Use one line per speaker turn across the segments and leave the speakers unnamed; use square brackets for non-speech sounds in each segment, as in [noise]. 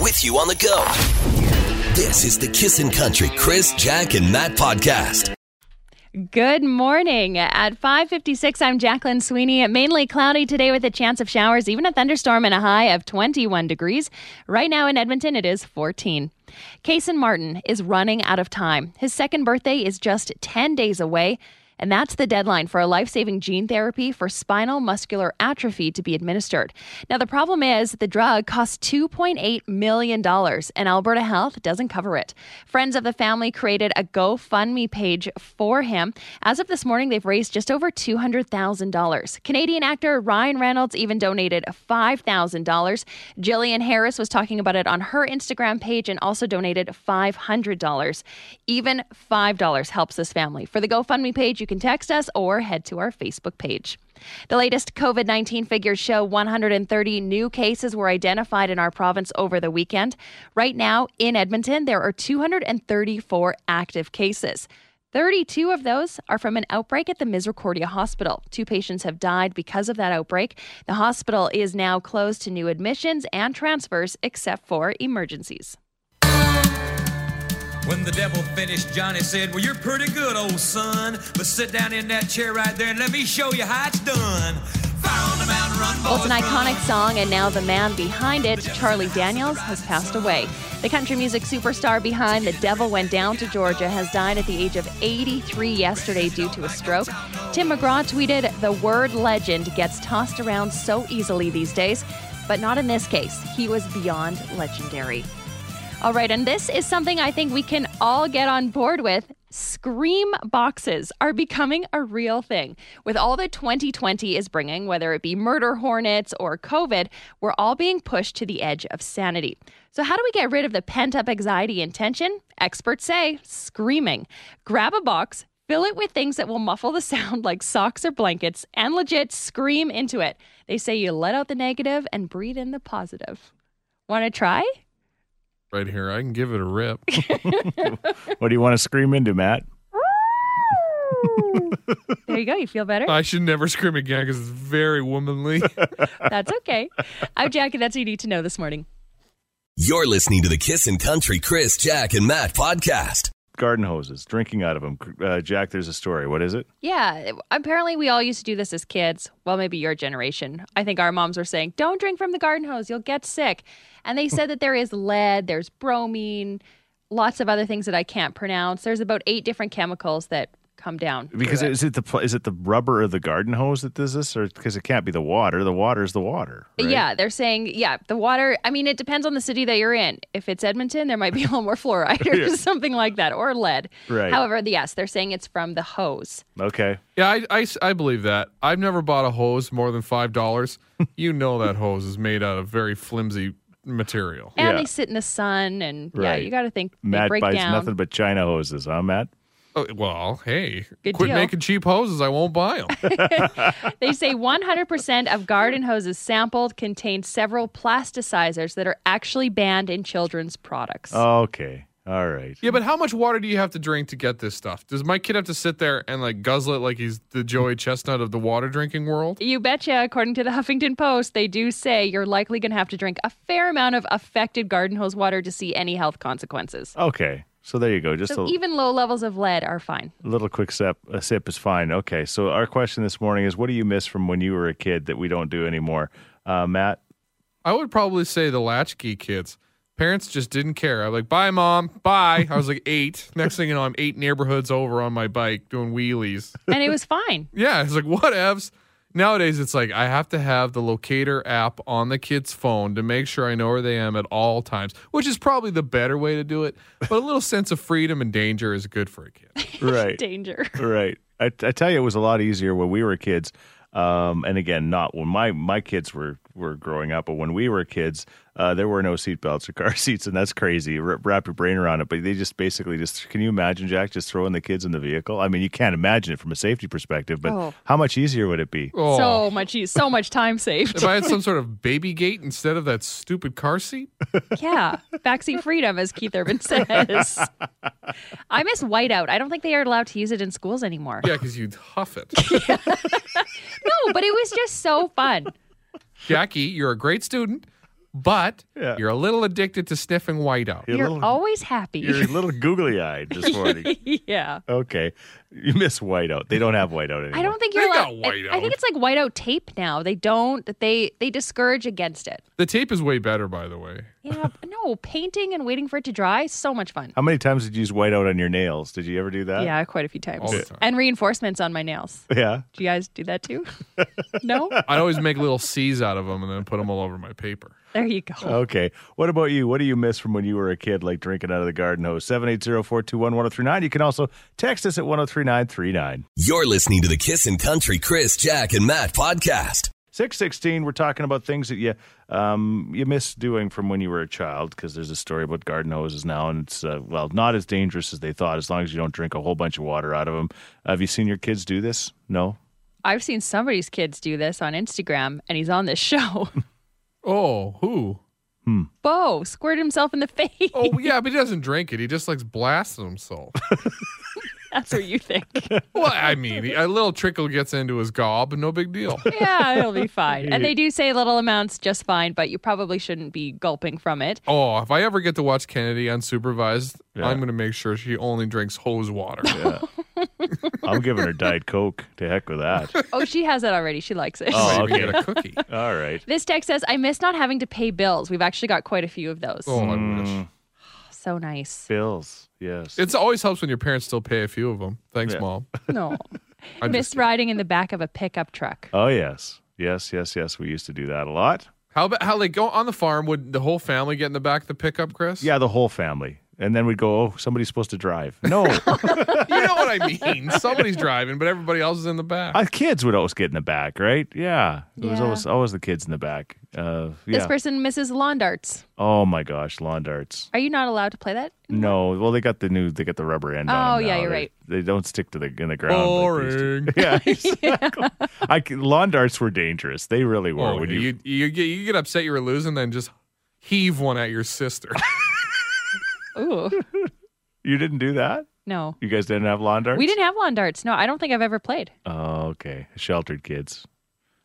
with you on the go. This is the Kissin' Country Chris, Jack, and Matt podcast.
Good morning. At 5:56, I'm Jacqueline Sweeney. Mainly cloudy today with a chance of showers, even a thunderstorm and a high of 21 degrees. Right now in Edmonton it is 14. Kason Martin is running out of time. His second birthday is just 10 days away, and that's the deadline for a life-saving gene therapy for spinal muscular atrophy to be administered. Now the problem is the drug costs 2.8 million dollars and Alberta Health doesn't cover it. Friends of the family created a GoFundMe page for him. As of this morning, they've raised just over $200,000. Canadian actor Ryan Reynolds even donated $5,000. Jillian Harris was talking about it on her Instagram page and also donated $500. Even $5 helps this family. For the GoFundMe page, you can text us or head to our Facebook page. The latest COVID 19 figures show 130 new cases were identified in our province over the weekend. Right now, in Edmonton, there are 234 active cases. 32 of those are from an outbreak at the Misericordia Hospital. Two patients have died because of that outbreak. The hospital is now closed to new admissions and transfers except for emergencies.
When the devil finished, Johnny said, Well, you're pretty good, old son. But sit down in that chair right there and let me show you how it's done. Fire on the mountain, run,
Well, it's an
boys, run.
iconic song, and now the man behind it, Charlie Daniels, has passed away. The country music superstar behind The Devil Went Down to Georgia has died at the age of 83 yesterday due to a stroke. Tim McGraw tweeted, The word legend gets tossed around so easily these days, but not in this case. He was beyond legendary. All right, and this is something I think we can all get on board with. Scream boxes are becoming a real thing. With all that 2020 is bringing, whether it be murder hornets or COVID, we're all being pushed to the edge of sanity. So, how do we get rid of the pent up anxiety and tension? Experts say screaming. Grab a box, Fill it with things that will muffle the [laughs] sound like socks or blankets and legit scream into it. They say you let out the negative and breathe in the positive. Want to try?
right here. I can give it
[laughs]
a rip.
What do you want to scream into, Matt?
there you go. You feel better?
I should never scream again because it's very womanly.
That's okay. I'm Jackie. That's what you need to know this morning.
You're listening to the Kissin' Country Chris, Jack, and Matt podcast.
Garden hoses, drinking out of them. Uh, Jack, there's a story. What is it?
Yeah. Apparently, we all used to do this as kids. Well, maybe your generation. I think our moms were saying, don't drink from the garden hose. You'll get sick. And they said that there is lead, there's bromine, lots of other things that I can't pronounce. There's about eight different chemicals that come down. through
Because
it.
is it the pl- is it the rubber of the garden hose that does this, or because it can't be the water? The water is the water. right?
Yeah, they're saying, yeah, the water. I mean, it depends on the city that you're in. If it's Edmonton, there might be a little more fluoride or something like that, or lead.
Right.
However, yes, they're saying it's from the hose.
Okay.
yeah, I, I s- I believe that. I've never bought a hose more than five dollars. You know that hose is made out of very flimsy material.
And
Yeah.
they sit in the sun, and yeah,
Right.
you got to think they
Matt
break
buys
down.
nothing but China hoses, huh, Matt?
Oh, well, hey,
Good
quit
deal.
making cheap hoses. I won't buy
[laughs]
them.
They
[laughs]
say 100% of garden hoses sampled contain several plasticizers that are actually banned in children's products.
Oh. Okay. All right.
yeah, but how much water do you have to drink to get this stuff? Does my kid have to sit there and like guzzle it like he's the Joey Chestnut of the water drinking world?
You betcha, according to the Huffington Post, they do say you're likely going to have to drink a fair amount of affected garden hose water to see any health consequences.
Okay. So there you go. Just
So
a
even low levels of lead are fine.
little quick sip. A sip is fine. Okay. So our question this morning is: What do you miss from when you were a kid that we don't do anymore, uh,
[laughs]
Matt?
I would probably say the latchkey kids. Parents just didn't care. I'm like, bye, mom, bye. I was like eight. [laughs] Next thing you know, I'm eight neighborhoods over on my bike doing wheelies.
And it was
[laughs]
fine.
Yeah, it's like whatevs. Nowadays, it's like I have to have the locator app on the kid's phone to make sure I know where they am at all times, which is probably the better way to do it. But a little sense of freedom and danger is good for a kid.
Right.
Danger.
right. I, I tell you, it was a lot easier when we were kids. Um, and again, not when my, my kids were, were growing up, but when we were kids, uh, there were no seatbelts or car [laughs] seats, and that's crazy. R- wrap your brain around it. But they just basically just can you imagine, Jack, just throwing the kids in the vehicle? I mean, you can't imagine it from a safety perspective, but
Oh.
how much easier would
[laughs]
it be?
Oh,
So much use, so much time saved.
if I had some sort of baby gate instead of that stupid car seat,
Yeah. Backseat freedom, as Keith [laughs] Urban says. I miss whiteout. I don't think they are allowed to use it in schools anymore.
yeah, because you'd huff it.
No, but it was just so fun.
Jackie, you're a great student, but
Yeah.
you're a little addicted to sniffing white out.
You're,
You're
a little,
always happy.
you're a little googly eyed this morning.
[laughs] yeah.
okay, you miss whiteout. They don't have whiteout anymore.
I don't think
They
you're
got
allowed. I- I,
whiteout.
think it's like whiteout tape now. They don't. They they discourage against it.
The tape is way better, by the way. [laughs]
Yeah. but no painting and waiting for it to dry. So much fun.
How many times did you use whiteout on your nails? Did you ever do that?
yeah, quite a few times.
All the time.
And reinforcements on my
[laughs]
nails.
Yeah.
Do you guys do that too? no.
I'd always make little C's out of them and then put them all over my paper.
There you go.
Okay. What about you? What do you miss from when you were a kid, like drinking out of the garden hose? 780 421 1039. You can also text us at 103939.
You're listening to the Kissin' Country Chris, Jack, and Matt podcast.
616, we're talking about things that you um, you miss doing from when you were a child because there's a story about garden hoses now, and it's, uh, well, not as dangerous as they thought as long as you don't drink a whole bunch of water out of them. Have you seen your kids do this? No?
I've seen somebody's kids do this on Instagram, and he's on this show.
Oh, who?
Bo squirted himself in the [laughs] face.
Oh, yeah, but he doesn't drink it. He just likes blasting himself.
That's what you think.
Well, I mean, he- a little trickle gets into his gob, no big deal.
[laughs] yeah, it'll be fine. And they do say little amounts just fine, but you probably shouldn't be gulping from it.
Oh, if I ever get to watch Kennedy unsupervised,
Yeah.
I'm going to make sure she only drinks hose water.
I'm giving her Diet Coke. To heck with that.
Oh, she has it already. She likes it.
Oh,
Maybe
okay.
get a cookie.
All right.
[laughs] This text says, I miss not having to pay bills. We've actually got quite a few of those.
Oh, I wish.
Mm.
So
[laughs]
nice.
Bills. Yes.
It's always helps when your parents still pay a few of them. Thanks,
Yeah.
mom.
No.
I'm
miss
just-
riding in the back of a pickup truck.
oh, yes. Yes, yes, yes. We used to do that a lot.
How about how they go on the farm? Would the whole family get in the back of the pickup, Chris?
Yeah, the whole family. And then we'd go, oh, somebody's supposed to drive.
[laughs]
No.
you know what I mean. Somebody's driving, but everybody else is in the back.
Uh, kids would always get in the back, right? Yeah. It was
Yeah.
always always the kids in the back. Uh, yeah.
This person misses lawn darts.
oh my gosh, lawn darts.
Are you not allowed to play that?
No, well they got the new they got the rubber end. on
Oh,
'em
yeah,
now.
you're
They're-
right.
They don't stick to the in the ground. like they used to.
Boring.
[laughs]
[laughs] yeah, exactly. I c lawn darts were dangerous. They really were.
Oh,
when
you,
you,
you, get, you get upset you were losing, then just heave one at your sister.
Ooh,
[laughs] you didn't do that.
no.
You guys didn't have lawn darts.
We didn't have lawn darts. No, I don't think I've ever played.
Oh, okay. Sheltered kids.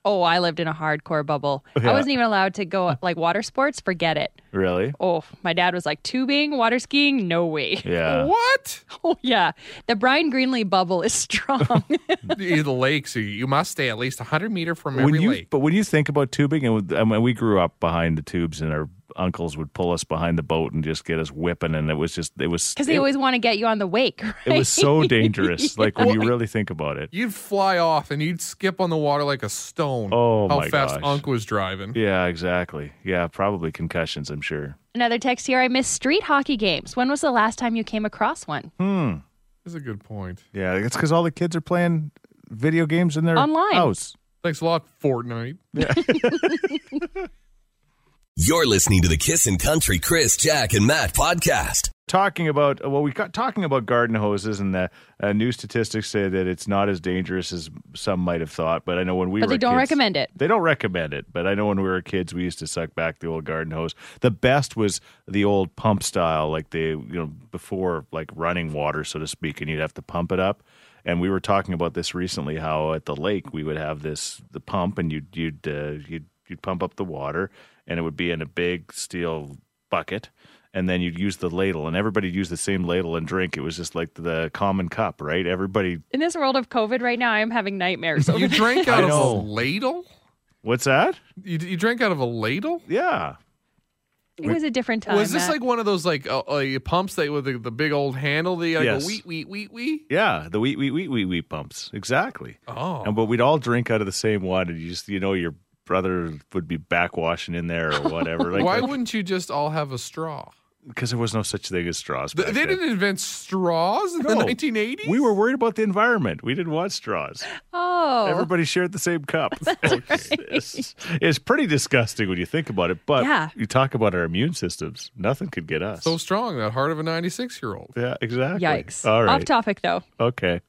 Oh, I lived in a hardcore bubble.
Yeah.
I wasn't even allowed to go like water sports. Forget it.
Really?
Oh, my dad was like tubing, water skiing, no way.
[laughs] Yeah.
what?
[laughs] Oh yeah, the Brian Greenlee bubble is
[laughs]
strong. [laughs]
you the lakes. You, you must stay at least 100 meter from
when
every
you,
lake.
But when you think about tubing, and with- I mean, we grew up behind the tubes, and our uncles would pull us behind the boat and just get us whipping, and it was just it was
Because they
it,
always want to get you on the wake.
it
[laughs]
was so dangerous. Like when you
Well,
really think about it,
You'd fly off and you'd skip on the water like a stone.
Oh,
how
my
fast
gosh.
Unc was driving.
yeah, exactly, yeah, probably concussions, I'm sure.
Another text here. I miss street hockey games. When was the last time you came across one
That's a good point.
Yeah, it's because all the kids are playing video games in their
Online.
house.
Thanks a lot,
[laughs]
Fortnite.
You're listening to the Kissin' Country Chris, Jack, and Matt podcast.
Talking about well, we got talking about garden hoses, and the uh, new statistics say that it's not as dangerous as some might have thought. But I know when we
But
were
they don't
kids-
recommend it.
They don't recommend it, but I know when we were kids, we used to suck back the old garden hose. The best was the old pump style, like the you know before like running water, so to speak, and you'd have to pump it up. And we were talking about this recently, how at the lake we would have this the pump, and you'd you'd uh, you'd you'd pump up the water, and it would be in a big steel bucket. And then you'd use the ladle, and everybody'd use the same ladle and drink. It was just like the common cup, right? Everybody,
in this world of COVID right now? I am having
[laughs]
nightmares.
You drank out
I
of a
know.
ladle?
what's that?
You, you drank out of a ladle?
Yeah,
[laughs] it was a different time.
was this
Matt.
like one of those like uh, uh, pumps that with the, the big old handle? The like
Yes.
a wheat, wheat, wheat, wheat.
yeah, the wee wee wee wee wee pumps, exactly.
Oh,
And but we'd all drink out of the same one, and you just you know your brother would be backwashing in
[laughs]
there or whatever.
why
Like
wouldn't you just all have a straw?
because there was no such thing as straws.
Th-
back
they
then.
didn't invent straws in
No.
the 1980s.
We were worried about the environment. We didn't want straws.
Oh,
Everybody shared the
[laughs]
same cup. It's- it's, it's pretty disgusting when you think about it. But
Yeah.
you talk about our immune systems. Nothing could get us.
so strong that heart of a 96 year old.
yeah, exactly.
yikes!
All right.
Off topic though.
Okay.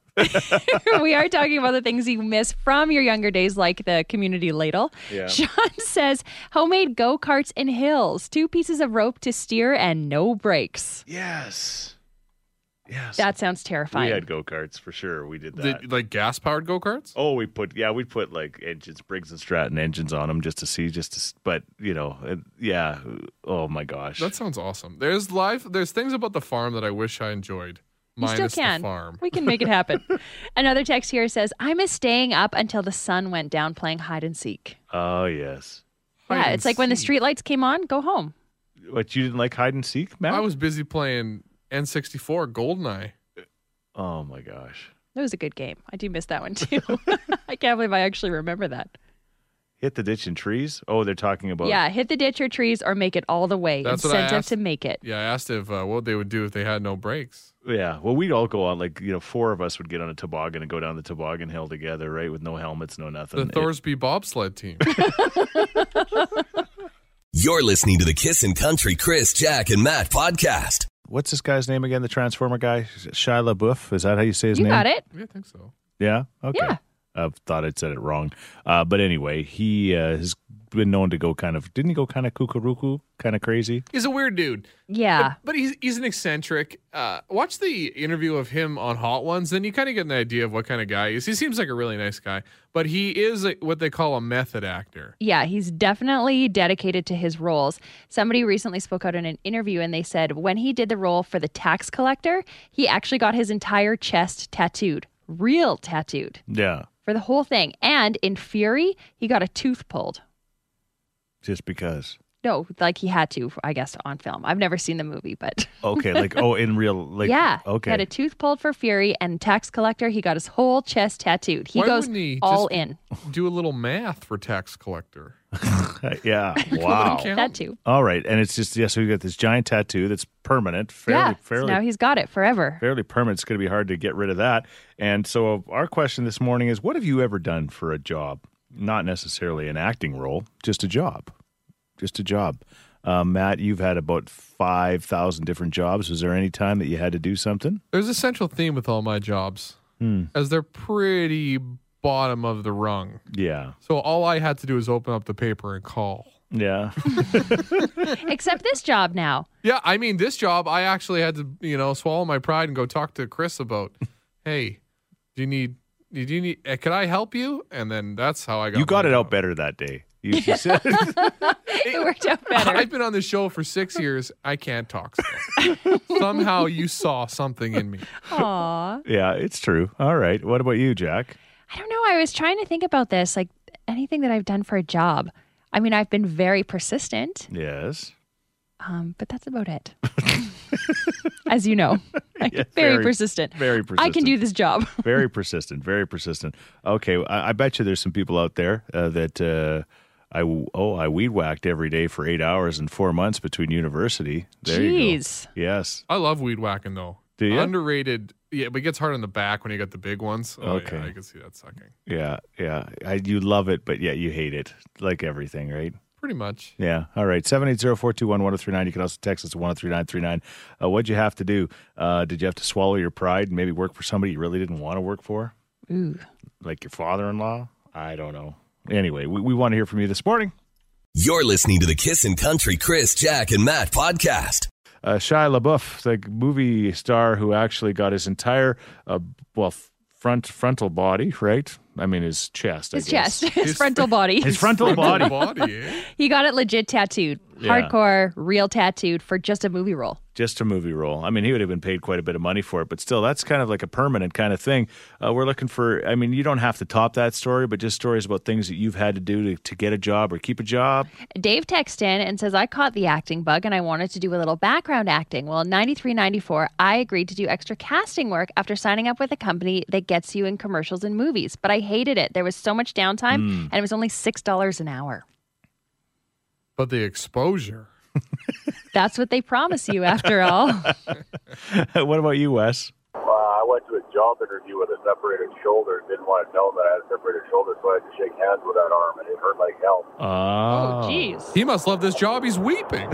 [laughs] we are talking about the things you miss from your younger days, like the community ladle.
Yeah.
Sean [laughs] says homemade go karts in hills, two pieces of rope to steer, and no brakes.
Yes. Yes.
That sounds terrifying.
we had go karts for sure. We did that.
The, like gas powered go karts?
Oh, we put yeah, we put like engines, Briggs and Stratton engines on them just to see, just to. s- But you know, it, yeah. Oh my gosh,
That sounds awesome. There's life. There's things about the farm that I wish I enjoyed.
You still
minus
can.
the farm.
We can make
[laughs]
it happen. Another text here says, I miss staying up until the sun went down playing hide and seek.
oh yes.
Hide
yeah,
and
it's like when the
seek.
street lights came on, go home.
What you didn't like hide and seek, Matt?
I was busy playing N64 Goldeneye.
Oh my gosh,
That was a good game. I do miss that one
[laughs]
too. I can't believe I actually remember that.
hit the ditch and trees. Oh, they're talking about
yeah, hit the ditch or trees or make it all the way.
That's what I
Incentive
asked.
to make it.
Yeah, I asked if uh, what they would do if they had no brakes.
Yeah. Well, we'd all go on like you know, four of us would get on a toboggan and go down the toboggan hill together, right? With no helmets, no nothing.
The
It-
Thorsby bobsled
[laughs]
team.
You're listening to the Kissin' Country Chris, Jack, and Matt podcast.
what's this guy's name again? The Transformer guy, Shia LaBeouf. Is that how you say his
You
name?
got it.
yeah, I think so.
Yeah. Okay.
Yeah.
I thought I'd said it wrong, uh, but anyway, he uh, has been known to go kind of didn't he go kind of kukuruku, kind of crazy?
He's a weird dude,
Yeah.
but he's he's an eccentric. Uh, watch the interview of him on Hot Ones, then you kind of get an idea of what kind of guy he is. He seems like a really nice guy, but he is a, what they call a method actor.
Yeah, he's definitely dedicated to his roles. Somebody recently spoke out in an interview and they said when he did the role for the tax collector, he actually got his entire chest tattooed, real tattooed
Yeah,
for the whole thing. And in Fury, he got a tooth pulled.
just because.
No, like he had to, I guess, on film. I've never seen the movie, but
Okay, like oh, in real, like
yeah,
okay,
he had a tooth pulled for Fury and tax collector. He got his whole chest tattooed. He
Why
goes
wouldn't he
all
just-
in.
Do a little math for tax collector.
[laughs] yeah, wow.
Okay.
That too.
All right, and it's just yeah. So we got this giant tattoo that's permanent, fairly,
yeah,
fairly
so now he's got it forever.
fairly permanent. It's going to be hard to get rid of that. And so, our question this morning is what have you ever done for a job? Not necessarily an acting role, just a job. Just a job. Uh, Matt, you've had about 5,000 different jobs. Was there any time that you had to do something?
There's a central theme with all my jobs, as they're pretty bottom of the rung.
Yeah.
So all I had to do was open up the paper and call. [laughs]
Yeah.
Except this job now.
Yeah, I mean, this job I actually had to, you know, swallow my pride and go talk to Chris about, [laughs] hey, do you need, do you need, eh, can I help you? And then that's how I got.
you got
my
it out
job.
better that day.
[laughs]
You, you said,
It worked out better.
I've been on this show for six years. I can't talk. Still. Somehow you saw something in me.
Aw.
[laughs] yeah, it's true. All right. What about you, Jack?
I don't know. I was trying to think about this, like anything that I've done for a job. I mean, I've been very persistent,
Yes.
um, but that's about
[laughs]
it. As you know, [laughs] I'm very,
very-
persistent.
very
I can do this job.
very persistent, very persistent. Okay, I, I bet you there's some people out there uh, that uh, I w- oh I weed whacked every day for eight hours and four months between university. There you go.
Jeez.
Yes.
I love weed whacking though.
Do ya?
Underrated. Yeah, but it gets hard on the back when you got the big ones. Oh,
Okay.
Yeah, I can see that sucking.
Yeah. Yeah. I, you love it, but yet you hate it, like everything, right?
Pretty much.
Yeah. All right. 780-421-1039. You can also text us at 103939. Uh, what'd you have to do? Uh, did you have to swallow your pride and maybe work for somebody you really didn't want to work for?
Ooh.
Like your father-in-law? I don't know. Anyway, we, we want to hear from you this morning.
You're listening to the Kissin' Country Chris, Jack, and Matt podcast.
uh, Shia LaBeouf, the movie star who actually got his entire, uh, well, f- front frontal body, right? I mean, his chest. I
His
guess.
chest, his, frontal body.
[laughs] His frontal body.
Body. eh?
he got it legit tattooed,
Yeah.
hardcore, real tattooed for just a movie role.
Just a movie role. I mean, he would have been paid quite a bit of money for it, but still, that's kind of like a permanent kind of thing. Uh, we're looking for, I mean, you don't have to top that story, but just stories about things that you've had to do to, to get a job or keep a job. [laughs]
Dave texts in and says, I caught the acting bug and I wanted to do a little background acting. Well, in 93, 94, I agreed to do extra casting work after signing up with a company that gets you in commercials and movies, but I hated it. There was so much downtime
Hmm.
and it was only $6 an hour.
But the exposure.
That's what they promise you
[laughs]
after all.
Oh,
what about you, Wes?
Uh, I went to a job interview with a separated shoulder. Didn't want to tell them that I had a separated shoulder, so I had to shake hands with that arm, and it hurt like hell.
Ah.
oh, jeez.
He must love this job. He's
[laughs]
weeping.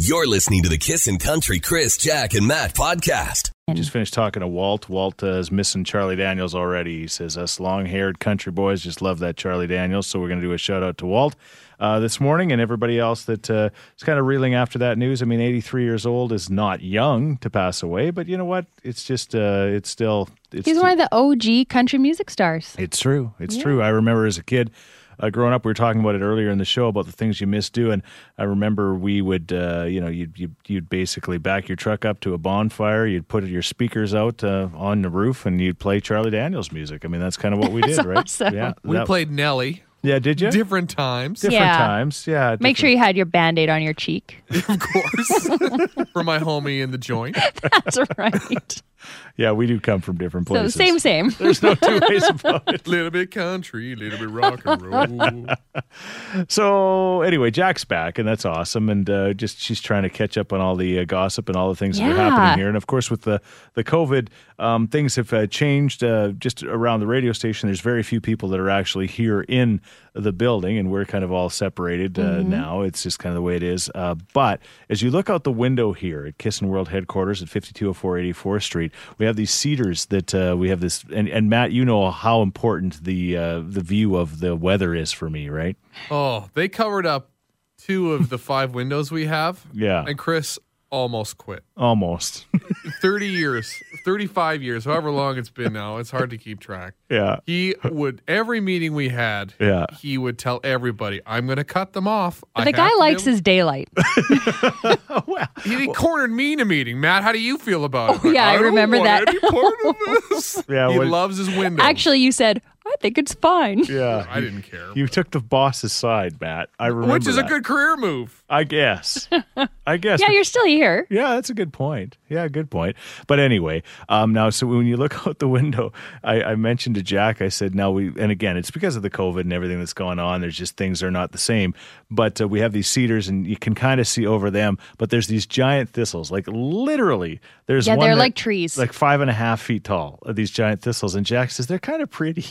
You're listening to the Kissin' Country Chris, Jack, and Matt podcast.
Just finished talking to Walt. Walt uh, is missing Charlie Daniels already. He says, Us long haired country boys just love that Charlie Daniels. So we're going to do a shout out to Walt uh, this morning and everybody else that uh, is kind of reeling after that news. I mean, 83 years old is not young to pass away, but you know what? It's just, uh, it's still. It's
He's one of the OG country music stars.
it's true. It's true. I remember as a kid uh, growing up, we were talking about it earlier in the show about the things you miss doing. I remember we would, uh, you know, you'd, you'd, you'd basically back your truck up to a bonfire, you'd put your speakers out uh, on the roof, and you'd play Charlie Daniels music. I mean, that's kind of what we did, right?
awesome.
Yeah.
We
that-
played Nelly
Yeah, did you?
different times,
different
Yeah.
times. Yeah.
Make sure
different-
you had your band aid on your cheek.
of course, [laughs] for my homie in the joint.
[laughs] That's
[laughs]
right.
Yeah, we do come from different
so,
places.
same, same. [laughs]
There's no two ways about it.
Little bit country, little bit rock and roll.
So anyway, Jack's back, and that's awesome. And uh, just she's trying to catch up on all the uh, gossip and all the things that are
Yeah.
happening here. And of course, with the the COVID, um, things have uh, changed uh, just around the radio station. There's very few people that are actually here in the building, and we're kind of all separated uh, now. It's just kind of the way it is. Uh, but as you look out the window here at Kissin World headquarters at 5204 84th Street, we have these cedars that uh, we have this. And, and Matt, you know how important the uh, the view of the weather is for me, right?
Oh, they covered up two of the five windows we have.
Yeah.
And Chris almost quit.
Almost. [laughs]
30 years, 35 years, however long it's been now, it's hard to keep track.
Yeah.
He would, every meeting we had,
Yeah.
he would tell everybody, I'm going to cut them off. I
the guy
have to be
likes
able-"
his
[laughs]
daylight.
He cornered me in a meeting. Matt, how do you feel about it?
Oh, yeah, I
don't
remember
want
that."
Any part of
[laughs]
this.
Yeah,
he
what-
loves his window.
Actually, you said, I think it's fine.
Yeah.
I didn't care.
You took the boss's side, Matt. I remember.
which is a
that.
good career move.
I guess. I
[laughs]
guess.
Yeah, you're still here.
Yeah, that's a good point. Yeah, good point. But anyway, um, now so when you look [laughs] out the window, I, I mentioned to Jack, I said, now we, and again, it's because of the COVID and everything that's going on. There's just things are not the same. But uh, we have these cedars, and you can kind of see over them. But there's these giant thistles, like literally. There's
Yeah,
one
they're
that-
like trees.
like five and a half feet tall. uh, These giant thistles, and Jack says they're kind of pretty.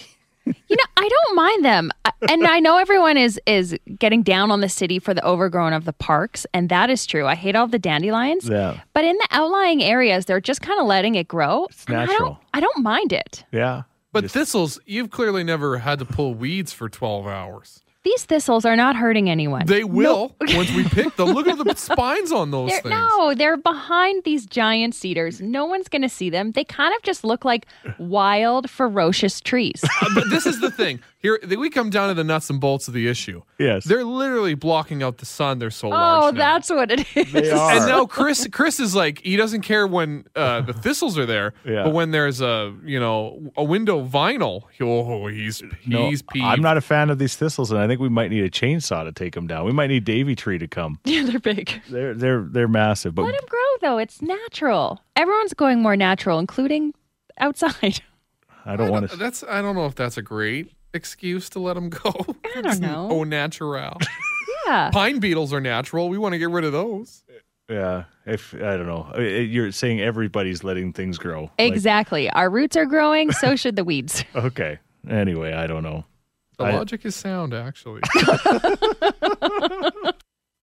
You know, I don't mind them, I- and I know everyone is is getting down on the city for the overgrown of the parks, and that is true. I hate all the dandelions,
Yeah.
but in the outlying areas, they're just kind of letting it grow. It's I don't,
natural.
I don't mind it.
Yeah.
But thistles, you've clearly never had to pull weeds for 12 hours.
These thistles are not hurting anyone. [laughs]
They will once we pick them. Look at the [laughs] spines on those
They're-
things.
no, they're behind these giant cedars. No one's going to see them. They kind of just look like wild, ferocious trees.
Uh, but this is the thing. Here th- we come down to the nuts and bolts of the issue.
Yes.
They're literally blocking out the sun. They're so large.
oh,
now.
that's what it is.
And now Chris, Chris is like he doesn't care when uh, the thistles are there,
Yeah.
but when there's a you know a window vinyl, he- oh he's
No,
he's peeved.
I'm not a fan of these thistles, and I think we might need a chainsaw to take them down. We might need Davy Tree to come.
[laughs] Yeah, they're big.
They're they're they're massive, but
Let them grow, though. It's natural. Everyone's going more natural, including outside. [laughs]
I don't want to.
That's I don't know if that's a great excuse to let him go. [laughs] I
don't know.
Oh, natural.
Yeah.
Pine beetles are natural. We want to get rid of those.
Yeah, if I don't know, I- I- you're saying everybody's letting things grow. Like,
Exactly. Our roots are growing,
[laughs]
so should the weeds.
okay. Anyway, I don't know.
The
I-
logic is sound, actually. [laughs]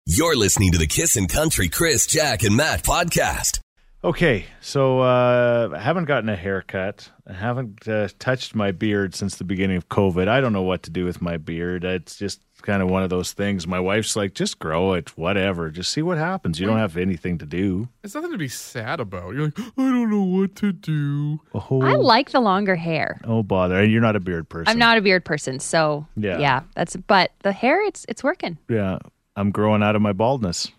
You're listening to the Kissin' Country Chris, Jack, and Matt podcast.
Okay, so uh, I haven't gotten a haircut. I haven't uh, touched my beard since the beginning of COVID. I don't know what to do with my beard. It's just kind of one of those things. My wife's like, just grow it, whatever. Just see what happens. You don't have anything to do.
There's nothing to be sad about. You're like, I don't know what to do.
Oh,
I like the longer hair.
oh bother. And you're not a beard person.
I'm not a beard person, so yeah,
Yeah.
that's but the hair it's it's working. [laughs]
Yeah, I'm growing out of my baldness.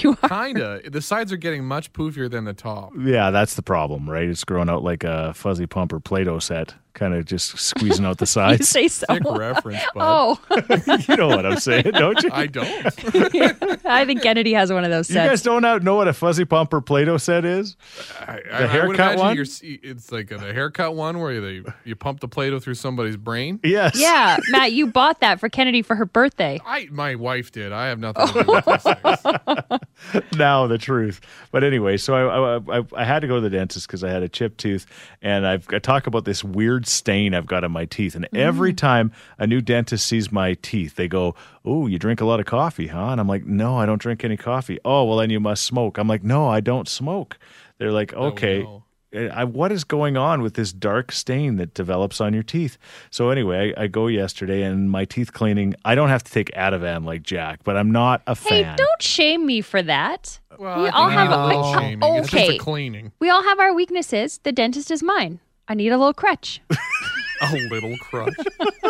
you are
Kinda. The sides are getting much poofier than the top.
Yeah, that's the problem, right? It's growing out like a fuzzy pumper Play-Doh set, kind of just squeezing
[laughs]
out the
you
sides.
say so.
Sick reference, bud.
Oh,
[laughs]
[laughs]
you know what I'm saying, don't you?
I don't.
I think Kennedy has one of those
you guys
sets.
don't out- know what a fuzzy pumper Play-Doh set is?
I, the
haircut one?
You're, see- it's like the haircut one where they you pump the Play-Doh through somebody's brain.
Yes.
Yeah, Matt, you bought that for Kennedy for her birthday.
I my wife did. I have nothing to do with these
[laughs]
things.
[laughs] now the truth. But anyway, so I I, I, I had to go to the dentist because I had a chipped tooth, and I've I talk about this weird stain I've got on my teeth. And every time a new dentist sees my teeth, they go, "Oh, you drink a lot of coffee, huh?" And I'm like, "No, I don't drink any coffee." Oh, well, then you must smoke. I'm like, "No, I don't smoke." They're like, "Okay."
no.
I, what is going on with this dark stain that develops on your teeth? So anyway, I, I go yesterday and my teeth cleaning. I don't have to take Ativan like Jack, but I'm not a
Hey,
fan.
don't shame me for that.
Well,
we
I
all
think
have
you need
a-
a little
I-
shaming.
okay.
It's just a cleaning.
We all have our weaknesses. The dentist is mine. I need a little crutch.
[laughs] A little crutch.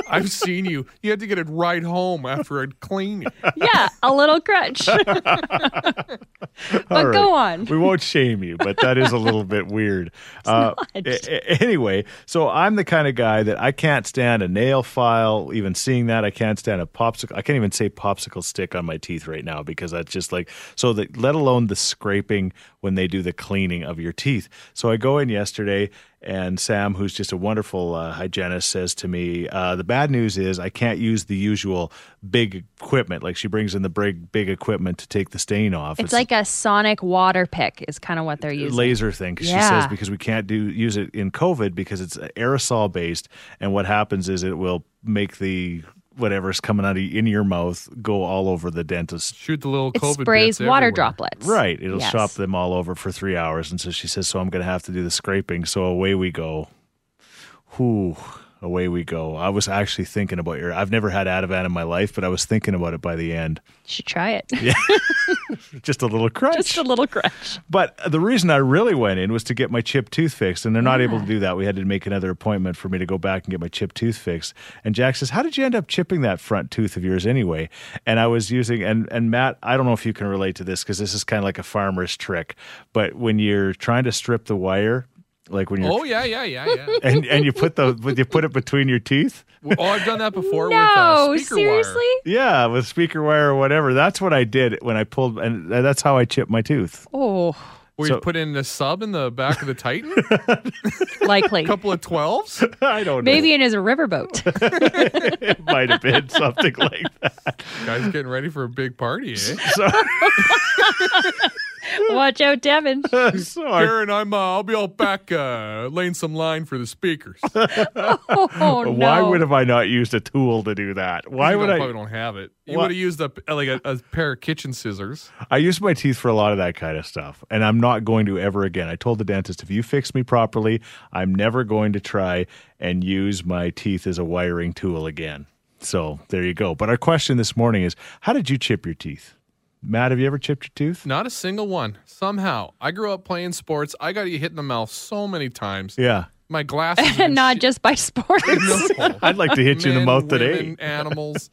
I've seen you. You had to get it right home after a cleaning.
yeah, a little crutch. but
All right.
go on.
We won't shame you, but that is a little bit weird. Uh, a- a- anyway, so I'm the kind of guy that I can't stand a nail file, even seeing that. I can't stand a popsicle. I can't even say popsicle stick on my teeth right now because that's just like, so that let alone the scraping when they do the cleaning of your teeth. So I go in yesterday and Sam, who's just a wonderful uh, hygienist, says to me, uh, "The bad news is I can't use the usual big equipment. Like she brings in the big big equipment to take the stain off.
It's like a sonic water pick is kind of what they're using.
laser thing. 'cause She says
Yeah.
because we can't do use it in COVID because it's aerosol based, and what happens is it will make the whatever's coming out of in your mouth go all over the dentist.
Shoot the little
it
COVID
sprays
bits
water
everywhere.
droplets.
Right, it'll
Yes.
shop them all over for three hours, and so she says, "So I'm going to have to do the scraping." So away we go. Whew, away we go. I was actually thinking about your. I've never had Ativan in my life, but I was thinking about it by the end.
Should try it. [laughs]
Just a little crutch.
Just a little crutch.
But the reason I really went in was to get my chipped tooth fixed, and they're not able to do that. We had to make another appointment for me to go back and get my chipped tooth fixed. And Jack says, "How did you end up chipping that front tooth of yours anyway?" And I was using and and Matt, I don't know if you can relate to this because this is kind of like a farmer's trick. But when you're trying to strip the wire, like when you're
Oh yeah, yeah, yeah, yeah.
[laughs] and and you put the you put it between your teeth.
oh, I've done that before. with, uh,
No,
speaker wire.
seriously?
Yeah, with speaker wire or whatever. That's what I did when I pulled, and that's how I chipped my tooth. [laughs]
Oh,
Where
So-
you put in the sub in the back of the Titan,
likely.
a couple of twelves.
I don't know.
Maybe in his riverboat.
it might have been something like that.
Guys getting ready for a big party. Eh?
So.
Watch out, Devin.
[laughs] so [laughs] our,
Karen, I'm. Uh, I'll be all back, uh, laying some line for the speakers.
Oh, no.
why would have I not used a tool to do that? [laughs] Why
You
would
don't-
I?
Probably don't have it. You
Wha-
would have used a uh, like a, a pair of kitchen scissors.
I use my teeth for a lot of that kind of stuff, and I'm not going to ever again. I told the dentist if you fix me properly, I'm never going to try and use my teeth as a wiring tool again. So there you go. But our question this morning is: How did you chip your teeth, Matt? Have you ever chipped your tooth?
Not a single one. Somew I grew up playing sports. I got hit in the mouth so many times.
Yeah,
My
[laughs]
glasses. [laughs] have been
And not
shi-
just by sports.
No.
[laughs]
[laughs]
I'd like to hit you in the
Men,
mouth today.
women, Animals.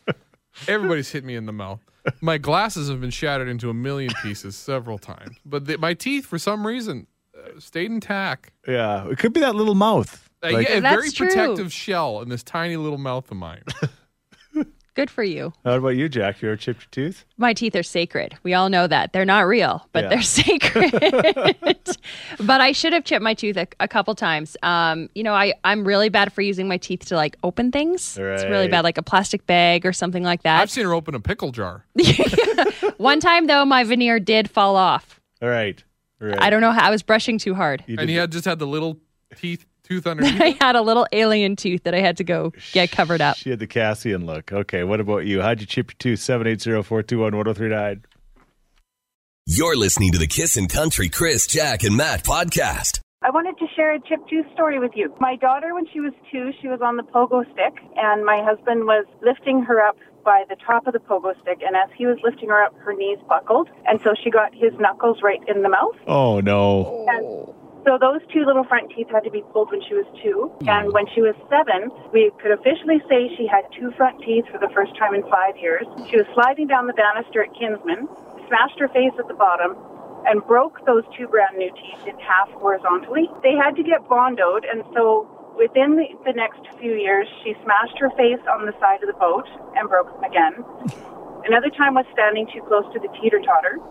Everybody's hit me in the mouth. My glasses have been shattered into a million pieces several times, but the, my teeth, for some reason, uh, stayed intact.
Yeah, it could be that little mouth.
Uh,
Like-
yeah, a
That's
very
true.
protective shell in this tiny little mouth
[laughs]
of mine.
Good for you.
How about you, Jack? You ever chipped your tooth?
My teeth are sacred. We all know that. They're not real, but
Yeah.
they're [laughs] sacred. but I should have chipped my tooth a, a couple times. Um, you know, I, I'm really bad for using my teeth to like open things. It's really
Right.
bad, like a plastic bag or something like that.
I've seen her open a
[laughs]
pickle jar.
One time though, my veneer did fall off.
All right, all right.
I don't know how I was brushing too hard.
You
and
did-
he had just had the little teeth tooth underneath.
[laughs] I had a little alien tooth that I had to go get covered up.
She had the Cassian look. Okay, what about you? How'd you chip your tooth? 780-421-1039.
You're listening to the Kissin' Country Chris, Jack, and Matt podcast.
I wanted to share a chip tooth story with you. My daughter, when she was two, she was on the pogo stick, and my husband was lifting her up by the top of the pogo stick. And as he was lifting her up, her knees buckled, and so she got his knuckles right in the mouth.
Oh no.
So those two little front teeth had to be pulled when she was two. And when she was seven, we could officially say she had two front teeth for the first time in five years. She was sliding down the banister at Kinsman, smashed her face at the bottom, and broke those two brand new teeth in half horizontally. They had to get bondoed, and so within the, the next few years, she smashed her face on the side of the boat and broke them again. Another time was standing too close to the teeter totter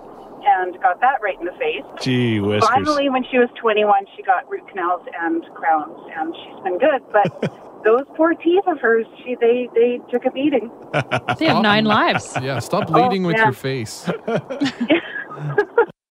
and got that right in the face.
Gee whiskers.
Finally, when she was 21, she got root canals and crowns, and she's been good. But those poor teeth of hers, she they they took a beating.
They have nine lives.
Yeah,
[laughs]
stop
Oh,
leading with
yeah.
your face.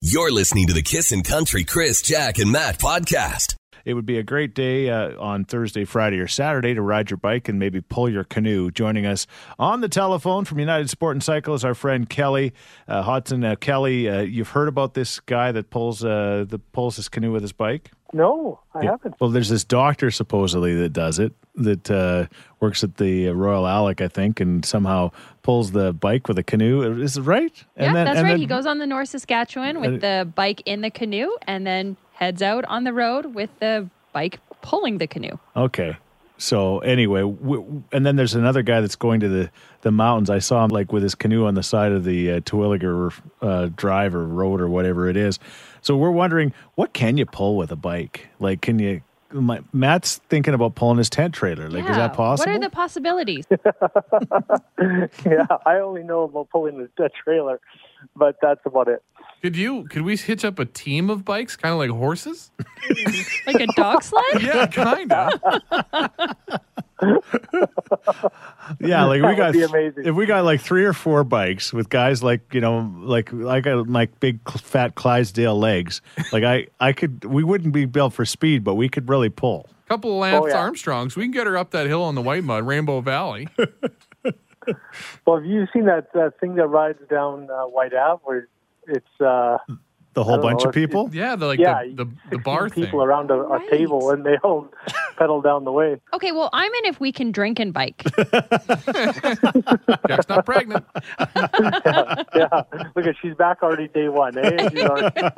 You're listening to the Kissin' Country Chris, Jack, and Matt podcast.
It would be a great day uh, on Thursday, Friday, or Saturday to ride your bike and maybe pull your canoe. Joining us on the telephone from United Sport and Cycle is our friend Kelly uh, Hodson. Uh, Kelly, uh, you've heard about this guy that pulls uh, that pulls his canoe with his bike.
No, I haven't.
Well, there's this doctor supposedly that does it, that uh, works at the Royal Alec, I think, and somehow pulls the bike with a canoe. Is it right?
Yeah,
and then,
that's
and
right.
then-
he goes on the North Saskatchewan with the bike in the canoe and then heads out on the road with the bike pulling the canoe.
Okay. So anyway, w- and then there's another guy that's going to the, the mountains. I saw him like with his canoe on the side of the uh, Terwilliger uh, Drive or road or whatever it is. So we're wondering what can you pull with a bike? Like, can you? My, Matt's thinking about pulling his tent trailer. Like, is
Yeah.
that possible?
What are the possibilities?
yeah, I only know about pulling the, the trailer, but that's about it.
Could you? Could we hitch up a team of bikes, kind of like horses?
like a
[laughs]
dog sled?
Yeah, kind of.
Yeah, like we
That
got
would be amazing.
if we got like three or four bikes with guys like you know like I got my big cl- fat Clydesdale legs. Like I I could we wouldn't be built for speed, but we could really pull.
couple of Lance
Oh, yeah.
Armstrongs. We can get her up that hill on the White Mud,
[laughs]
Rainbow Valley.
Well, have you seen that, that thing that rides down uh, White Ave where it's uh,
The
I
whole
don't
bunch
know,
of
if you-
people.
Yeah, the like
yeah,
the, the, the
16
bar
people
thing.
around a,
Right.
a table and they all [laughs] pedal down the way.
Okay, well, I'm in if we can drink and bike.
[laughs]
[laughs]
Jack's not pregnant.
Yeah, [laughs] look at she's back already day one. Eh? She's already-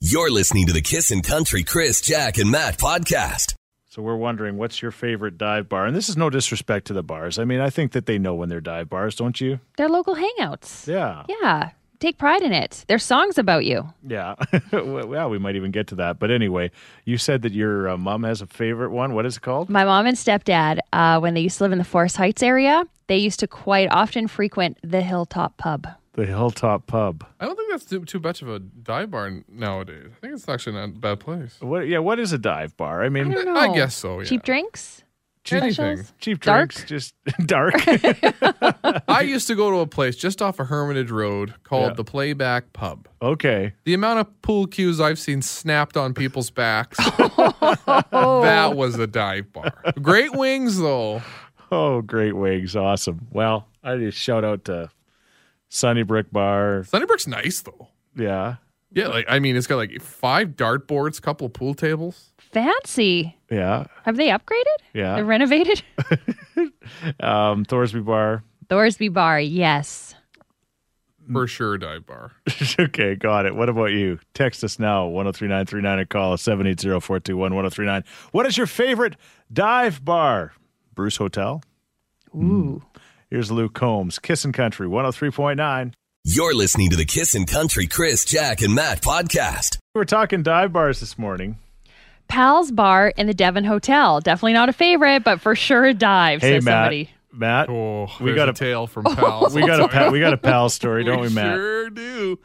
You're listening to the Kissin' Country Chris, Jack, and Matt podcast.
So we're wondering what's your favorite dive bar? And this is no disrespect to the bars. I mean, I think that they know when they're dive bars, don't you?
They're local hangouts.
Yeah.
Yeah. Take pride in it. There's songs about you.
Yeah. [laughs] well, we might even get to that. But anyway, you said that your uh, mom has a favorite one. What is it called?
My mom and stepdad, uh, when they used to live in the Forest Heights area, they used to quite often frequent the Hilltop Pub.
The Hilltop Pub.
I don't think that's too, too much of a dive bar nowadays. I think it's actually not a bad place.
What yeah, what is a dive bar? [laughs] I
I
mean,
don't know.
I guess so, yeah.
Cheap
[laughs]
drinks?
cheap,
Anything.
cheap
Dark?
drinks, just [laughs] dark.
[laughs] I used to go to a place just off of Hermitage Road called
Yeah.
the Playback Pub.
okay.
The amount of pool cues I've seen snapped on
[laughs]
people's backs.
Oh,
that was a dive bar. Great wings, though.
Oh, great wigs. Awesome. Well, I just shout out to Sunnybrook Bar.
Sunnybrook's nice, though.
Yeah.
Yeah, like I mean, it's got like five dartboards, couple of pool tables.
Fancy.
Yeah.
Have they upgraded?
Yeah.
They're
[laughs]
renovated? [laughs]
Um, Thorsby Bar.
Thorsby Bar, yes.
For sure, a dive bar.
[laughs] okay, got it. What about you? Text us now, 103939 or call us 780-421-1039. What is your favorite dive bar? Bruce Hotel? Hmm.
Ooh.
Here's Luke Combs, Kissin' Country, 103.9.
You're listening to the Kissin' Country Chris, Jack, and Matt podcast.
We were talking dive bars this morning.
Pal's Bar in the Devon Hotel. Definitely not a favorite, but for sure a dive,
Hey,
says
Matt.
somebody.
Matt,
Oh,
we
there's
got
a,
a,
tail [laughs] from pals.
we got a pa-
[laughs]
we got a pal story, [laughs] don't we, Matt?
Sure do.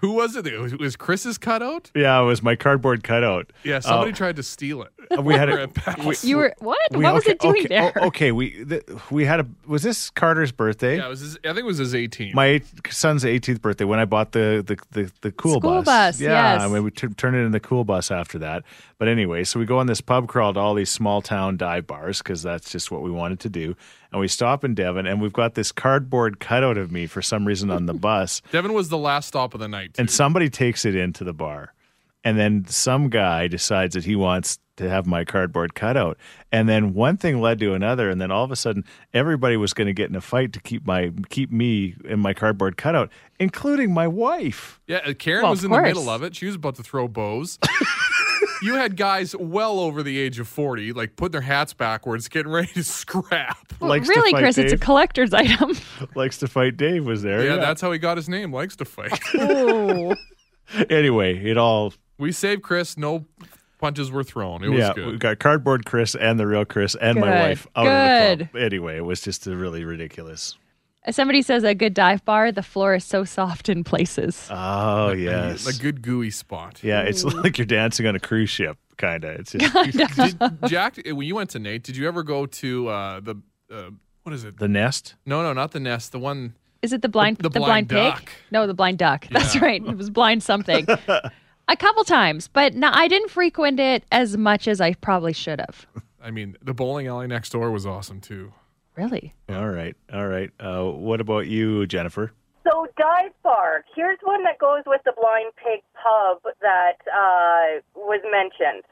Who was it? It was, it was Chris's cutout.
Yeah, it was my cardboard cutout. Uh,
Yeah, somebody tried to steal it.
We had
We're
a
at Pals.
we-
You were, what?
we-
what was
okay,
it doing
okay,
there?
oh, okay, we th- we had a was this Carter's birthday?
Yeah, it was his, I think it was his 18.
my eight, son's 18th birthday when I bought the the the, the cool
School
bus.
bus,
yeah,
yes.
I mean, we t- turned it into the cool bus after that. But anyway, so we go on this pub crawl to all these small town dive bars because that's just what we wanted to do. And we stop in Devon, and we've got this cardboard cutout of me for some reason on the [laughs] bus,
Devin was the last stop of the night. too.
and somebody takes it into the bar, and then some guy decides that he wants. To have my cardboard cutout, and then one thing led to another, and then all of a sudden, everybody was going to get in a fight to keep my keep me and my cardboard cutout, including my wife.
yeah, uh, Karen
Well, of
was in the
course.
middle of it. She was about to throw bows. you had guys well over the age of 40, like putting their hats backwards, getting ready to scrap.
[laughs] Well,
likes to
really,
fight
Chris, it's a
Dave.
collector's item.
[laughs] likes to fight Dave was there.
Yeah, that's how he got his name. Likes to fight.
[laughs]
Ooh.
anyway. It all
we saved Chris. No punches were thrown. It was
yeah. We
good.
got cardboard Chris and the real Chris and
Good.
my wife out of the
Good.
club. Anyway, it was just a really ridiculous.
Somebody says a good dive bar, the floor is so soft in places.
Oh yes,
A good gooey spot.
yeah. It's like you're dancing on a cruise ship, kind of.
[laughs]
It's just
Did, Jack, eh, when you went to Nate, did you ever go to uh, the uh, what is it?
the nest.
No, no, not the nest. The one.
Is it the blind
The- the blind
blind, pig?
duck.
[laughs]
No, the blind duck. That's right. It was blind something. a couple times, but no, I didn't frequent it as much as I probably should have.
I mean, the bowling alley next door was awesome too.
Really?
All right, all right. Uh, what about you, Jennifer?
So dive bar. Here's one that goes with the Blind Pig Pub that uh, was mentioned.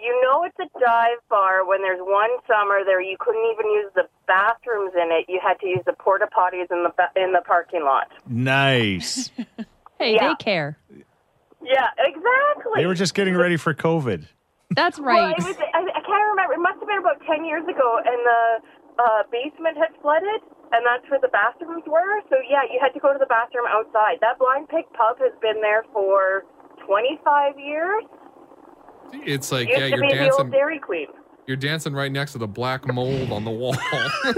You know it's a dive bar when there's one summer there you couldn't even use the bathrooms in it. You had to use the porta potties in the ba- in the parking lot.
Nice.
Hey,
Yeah.
they care.
Yeah, exactly.
they were just getting ready for COVID.
That's
Well,
right.
it was, I, I can't remember. It must have been about 10 years ago, and the uh, basement had flooded, and that's where the bathrooms were. So, yeah, you had to go to the bathroom outside. That Blind Pig Pub has been there for 25 years.
It's like
Used
yeah,
to
you're
be the old
dancing.
Dairy Queen.
You're dancing right next to the black mold on the
[laughs]
wall.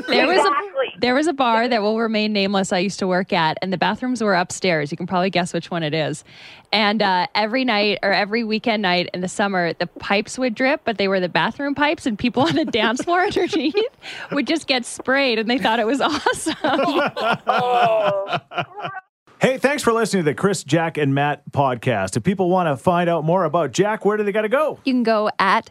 There was
exactly.
a there was a bar that will remain nameless I used to work at and the bathrooms were upstairs. You can probably guess which one it is. And uh, every night or every weekend night in the summer the pipes would drip, but they were the bathroom pipes and people on the dance floor [laughs] underneath would just get sprayed and they thought it was [laughs] awesome.
Hey, thanks for listening to the Chris, Jack, and Matt podcast. If people want to find out more about Jack, where do they got to go?
you can go at